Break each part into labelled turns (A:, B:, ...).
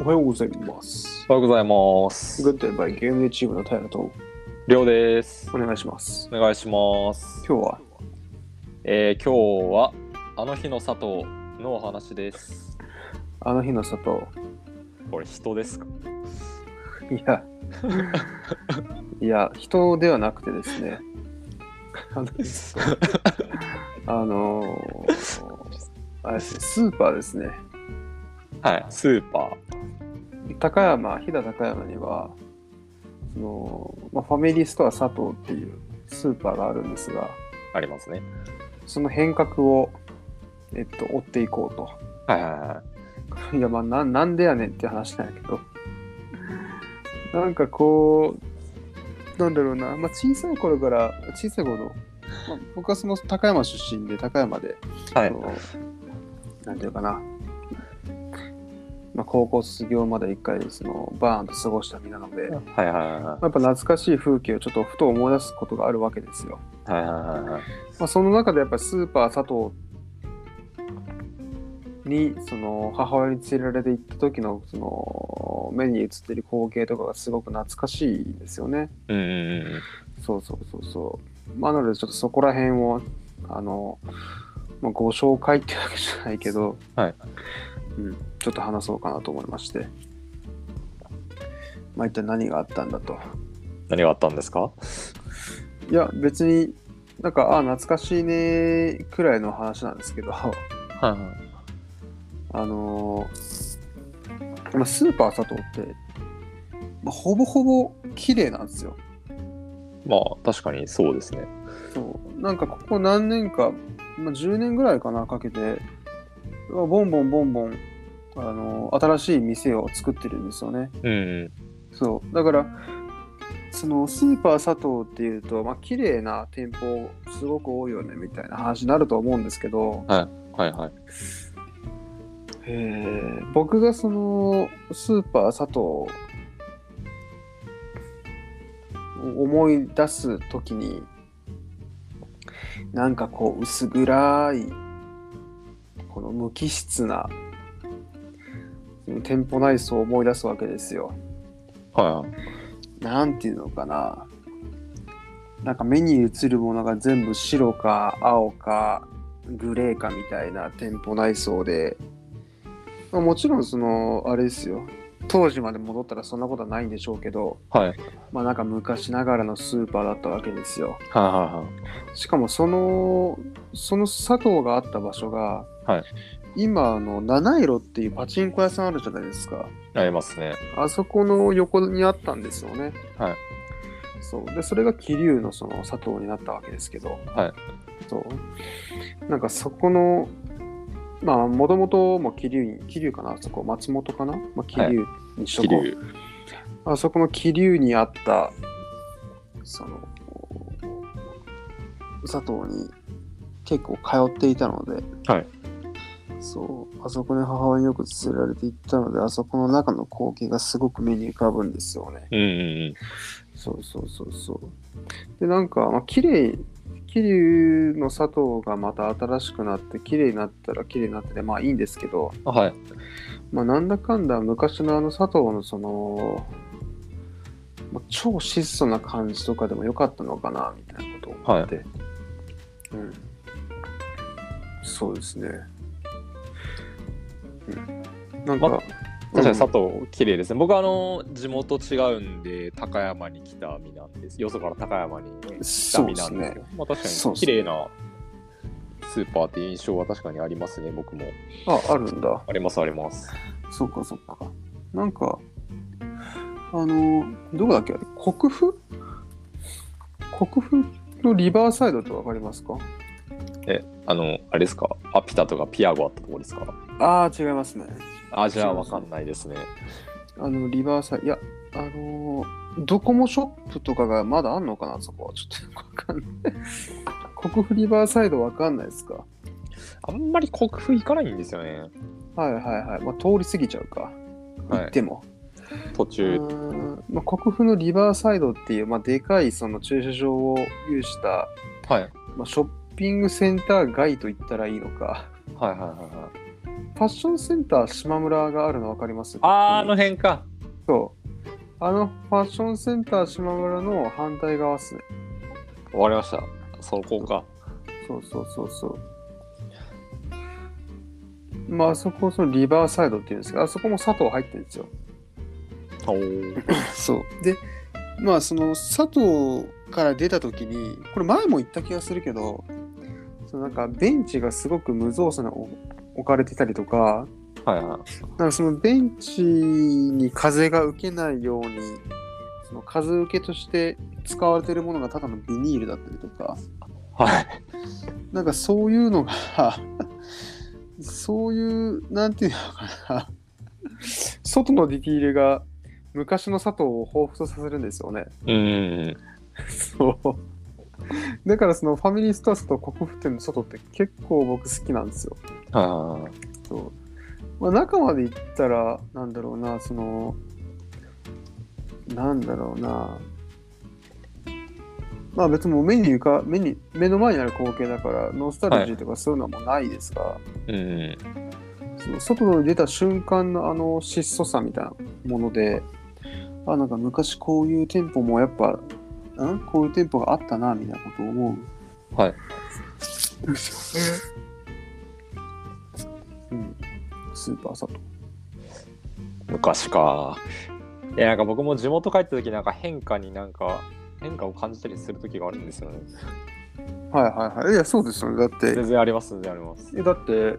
A: おはようございます。
B: おはようございます。
A: グッドエンバイゲームでチームの平と
B: りょうです。
A: お願いします。
B: お願いします。
A: 今日は
B: えー、今日はあの日の佐藤のお話です。
A: あの日の里。
B: これ人で すか？
A: いや、いや、人ではなくてですね、あのー、あれですねスーパーですね。
B: はい。スーパ
A: 高山、飛騨高山には、そのまあ、ファミリーストア佐藤っていうスーパーがあるんですが、
B: ーありますね。
A: その変革を、えっと、追っていこうと。
B: はいはいはい
A: やまあななんでやねんって話なんやけどなんかこうなんだろうな、まあ、小さい頃から小さい頃、まあ、僕はその高山出身で高山で、
B: い。は
A: そのなんていうかな、まあ、高校卒業まで一回そのバーンと過ごした身なので、ま
B: はいはいは
A: あやっぱ懐かしい風景をちょっとふと思い出すことがあるわけですよ、
B: いはいはいはいはい。
A: まあ、その中でやっぱりスーパー佐藤にその母親に連れられて行った時のその目に映ってる光景とかがすごく懐かしいですよね。
B: うんうんうん。
A: そうそうそうそう。まあ、なのでちょっとそこら辺をあの、まあ、ご紹介ってわけじゃないけど、
B: はい
A: うん、ちょっと話そうかなと思いまして。まあ、一体何があったんだと。
B: 何があったんですか？
A: いや別になんかああ懐かしいねくらいの話なんですけど。
B: はいはい。
A: あのーまあ、スーパー佐藤って、まあ、ほぼほぼ綺麗なんですよ。
B: まあ確かにそうですね。
A: そうなんかここ何年か、まあ、10年ぐらいかなかけて、まあボンボンボンボン、あのー新しい店を作ってるんですよね。
B: うんうん。
A: そうだからそのスーパー佐藤っていうと、まあ綺麗な店舗すごく多いよねみたいな話になると思うんですけど、
B: はいはい。
A: えー僕がそのスーパー佐藤を思い出す時になんかこう薄暗いこの無機質なその店舗内装を思い出すわけですよ。
B: はいはい。
A: なんていうのかななんか目に映るものが全部白か青かグレーかみたいな店舗内装で、まあもちろんそのあれですよ当時まで戻ったらそんなことはないんでしょうけど
B: はいはい
A: まあなんか昔ながらのスーパーだったわけですよ
B: は
A: しかもそのその佐藤があった場所が、
B: はい
A: 今あの七色っていうパチンコ屋さんあるじゃないですか
B: いはい。ありますね。
A: あそこの横にあったんですよね。
B: はい。
A: そう。で、それが桐生のその佐藤になったわけですけど、
B: はい。
A: そう。なんかそこの、まあ、もともとも桐生に、桐生かな、あそこ、松本かな、まあ、桐生にしと
B: 桐
A: こう、
B: 生。
A: あそこの桐生にあった、その、佐藤に結構通っていたので、
B: はい。
A: そう、あそこに母親によく連れられて行ったので、あそこの中の光景がすごく目に浮かぶんですよね。
B: うんうん
A: そうそうそうそう。で、なんか、まあ、綺麗桐生の佐藤がまた新しくなって、綺麗になったら綺麗になってて、まあいいんですけど、
B: うん。はい。
A: まあなんだかんだ昔のあの佐藤のその、まあ、超質素な感じとかでも良かったのかな、みたいなことを思って。うん。そうですね。うん。なんか、
B: ま確かに佐藤綺麗ですね。僕はあの地元違うんで高山に来た身なんです。よそから高山に来た身なんですけど、まあ確か
A: そう
B: に
A: です
B: 綺麗なスーパーって印象は確かにありますね。僕も
A: うん、あ、あるんだ。
B: ありますあります。
A: そうかそうか。なんか、あの、どこだっけあれ国府国府のリバーサイドってわかりますか
B: え、あのあれですか？アピタとかピアゴあったところですか？
A: ああ、違いますね。
B: あじゃあわかんないですね。
A: あの、リバーサイド、いや、あのードコモショップとかがまだあんのかなそこは。ちょっとよくわかんない。国府リバーサイドわかんないですか
B: あんまり国府行かないんですよね。
A: はいはいはい。まあ、通り過ぎちゃうか。
B: はい
A: 行っても。
B: 途中、
A: うーんまあ、国府のリバーサイドっていう、まあ、でかいその駐車場を有した
B: はいはい
A: まあ、ショッピングセンター街と言ったらいいのか、
B: はいはいはい。
A: ファッションセンター島村があるの分かります
B: あー、あの辺か。
A: そう。あのファッションセンター島村の反対側っすね。
B: わかりました。そこか。
A: そうそうそうそう。まあ、あそこ、そのリバーサイドっていうんですけど、あそこも佐藤入ってるんですよ。
B: おー
A: そう。で、まあ、その佐藤から出た時に、これ前も言った気がするけど、そのなんかベンチがすごく無造作なお置かれてたりとか、
B: はいはい。
A: なんかそのベンチに風が受けないように、その風受けとして使われてるものがただのビニールだったりとか、
B: はい。
A: なんかそういうのが、そういう、なんていうのかな、外のディティールが昔の佐藤を彷彿とさせるんですよね。
B: うん。
A: そう。だからそのファミリースタースと国府店の外って結構僕好きなんですよ。
B: は
A: そう。まあ、中まで行ったら、なんだろうな、その、なんだろうな、まあ別にもう目に浮か目に目の前にある光景だからノスタルジーとかそういうのはもうないですが、
B: い。うん。
A: その外に出た瞬間のあの質素さみたいなものであなんか昔こういう店舗もやっぱんこういう店舗があったなみたいなことを思う
B: はい
A: うんスーパー佐藤
B: 昔か。いや、なんか僕も地元帰った時なんか変化になんか、変化を感じたりする時があるんですよね。
A: はいはいはいいやそうですよねだって
B: 全然あります、全然あります。
A: えだって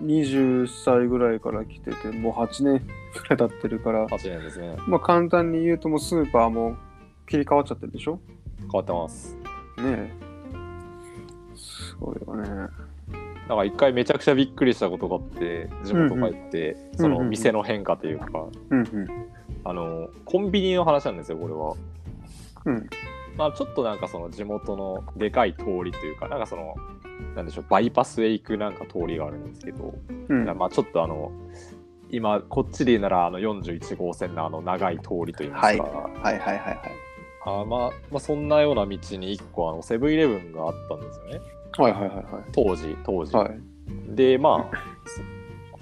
A: 20歳ぐらいから来ててもう8年ぐらい経ってるから
B: 8年ですね。
A: まあ簡単に言うともうスーパーも切り替わっちゃってるでしょ
B: 変わってます。
A: ねえそうだよね
B: なんか一回めちゃくちゃびっくりしたことがあって、地元帰って、
A: ん
B: そ
A: うん
B: の
A: うん
B: 店の変化というか、
A: うんうん
B: あの、コンビニの話なんですよ、これは。
A: うん
B: まあ、ちょっとなんかその地元のでかい通りというか、なんかその、なんでしょう、バイパスへ行くなんか通りがあるんですけど、
A: うん
B: まあちょっとあの、今、こっちで言うならあの41号線のあの長い通りといいますか、
A: はいはいはいはい
B: あまあ、まあ、そんなような道に1個あのセブンイレブンがあったんですよね、
A: はいはいはい
B: 当時、当時。
A: はいはい
B: で、まあ、そ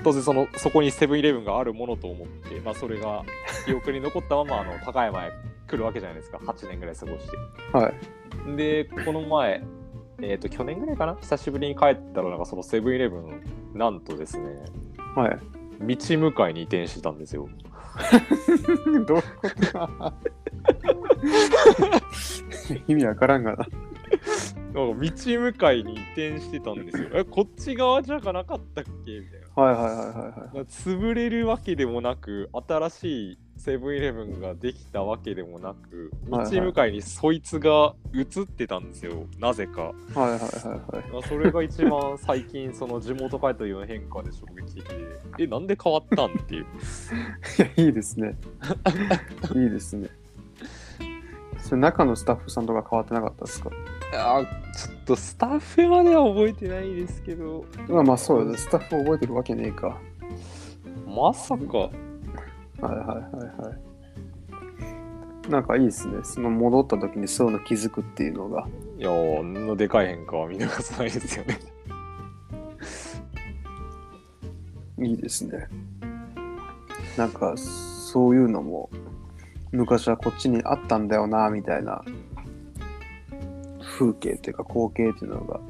B: 当然その、そこにセブンイレブンがあるものと思って、まあ、それが記憶に残ったままあの高山へ来るわけじゃないですか、8年ぐらい過ごして。
A: はい
B: で、この前、えっ、と、去年ぐらいかな、久しぶりに帰ったら、なんかそのセブンイレブン、なんとですね、
A: はい
B: 道向かいに移転してたんですよ。
A: どういうことか 意味わからんがな
B: なんか道向かいに移転してたんですよ。え、こっち側じゃなかったっけみたいな。
A: はいはいはいはいはい
B: まあ潰れるわけでもなく、新しいセブンイレブンができたわけでもなく、
A: はいはい
B: 道向かいにそいつが映ってたんですよ、なぜか。
A: はいはいはいはい
B: まあそれが一番最近、その地元帰ったような変化で衝撃的で、え、なんで変わったんっていう。
A: いや いいですねいいですねそれ中のスタッフさんとか変わってなかったですか
B: あちょっとスタッフまでは覚えてないですけど、
A: まあまあそうだねスタッフ覚えてるわけねえか
B: まさか。
A: はいはいはいはいなんかいいですねその戻った時にそういうの気づくっていうのが
B: いやー、あんなでかい変化は見逃さないですよね。
A: いいですね。なんか、そういうのも、昔はこっちにあったんだよな、みたいな、風景っていうか光景っていうのが、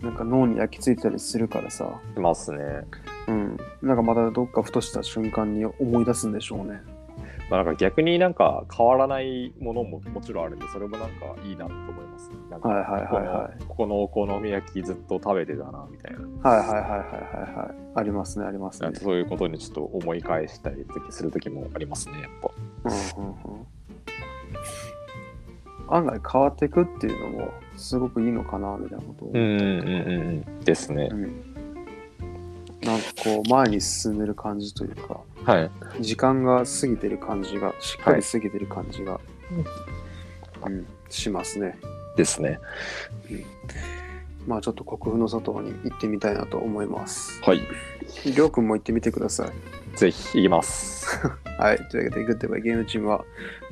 A: なんか脳に焼き付いたりするからさ、
B: いますね。
A: うん。なんかまたどっかふとした瞬間に思い出すんでしょうね。
B: まあ、なんか逆になんか変わらないものももちろんあるんで、それもなんかいいなと思います。なんか
A: はいはいはいは
B: ここのお好み焼きずっと食べてたなみたいな、
A: い。はいはいはいはいはいはい。ありますね、あります
B: な
A: ね
B: んか。そういうことにちょっと思い返したりする時もありますね、やっぱ。
A: うんうんうん。案外変わっていくっていうのも、すごくいいのかな、みたいなことを。
B: んうんうん。ですね
A: う。ん、なんかこう前に進んでる感じというか
B: はい。
A: 時間が過ぎてる感じがしっかり過ぎてる感じが、うん、しますね
B: ですね。
A: まあちょっと国府の佐藤に行ってみたいなと思います
B: はい。
A: りょうくんも行ってみてください
B: ぜひ行きます。
A: はいというわけでグッドバイゲームチームは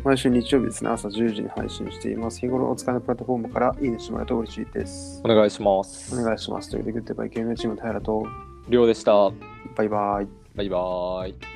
A: 毎週日曜日ですね朝10時に配信しています日頃お使いのプラットフォームからいいねしてもらえると嬉しいです
B: お願いしま
A: お
B: す。
A: 願いしますというわけでグッドバイゲームチーム平と
B: りょうでした。
A: バイバイ。
B: バイバーイ。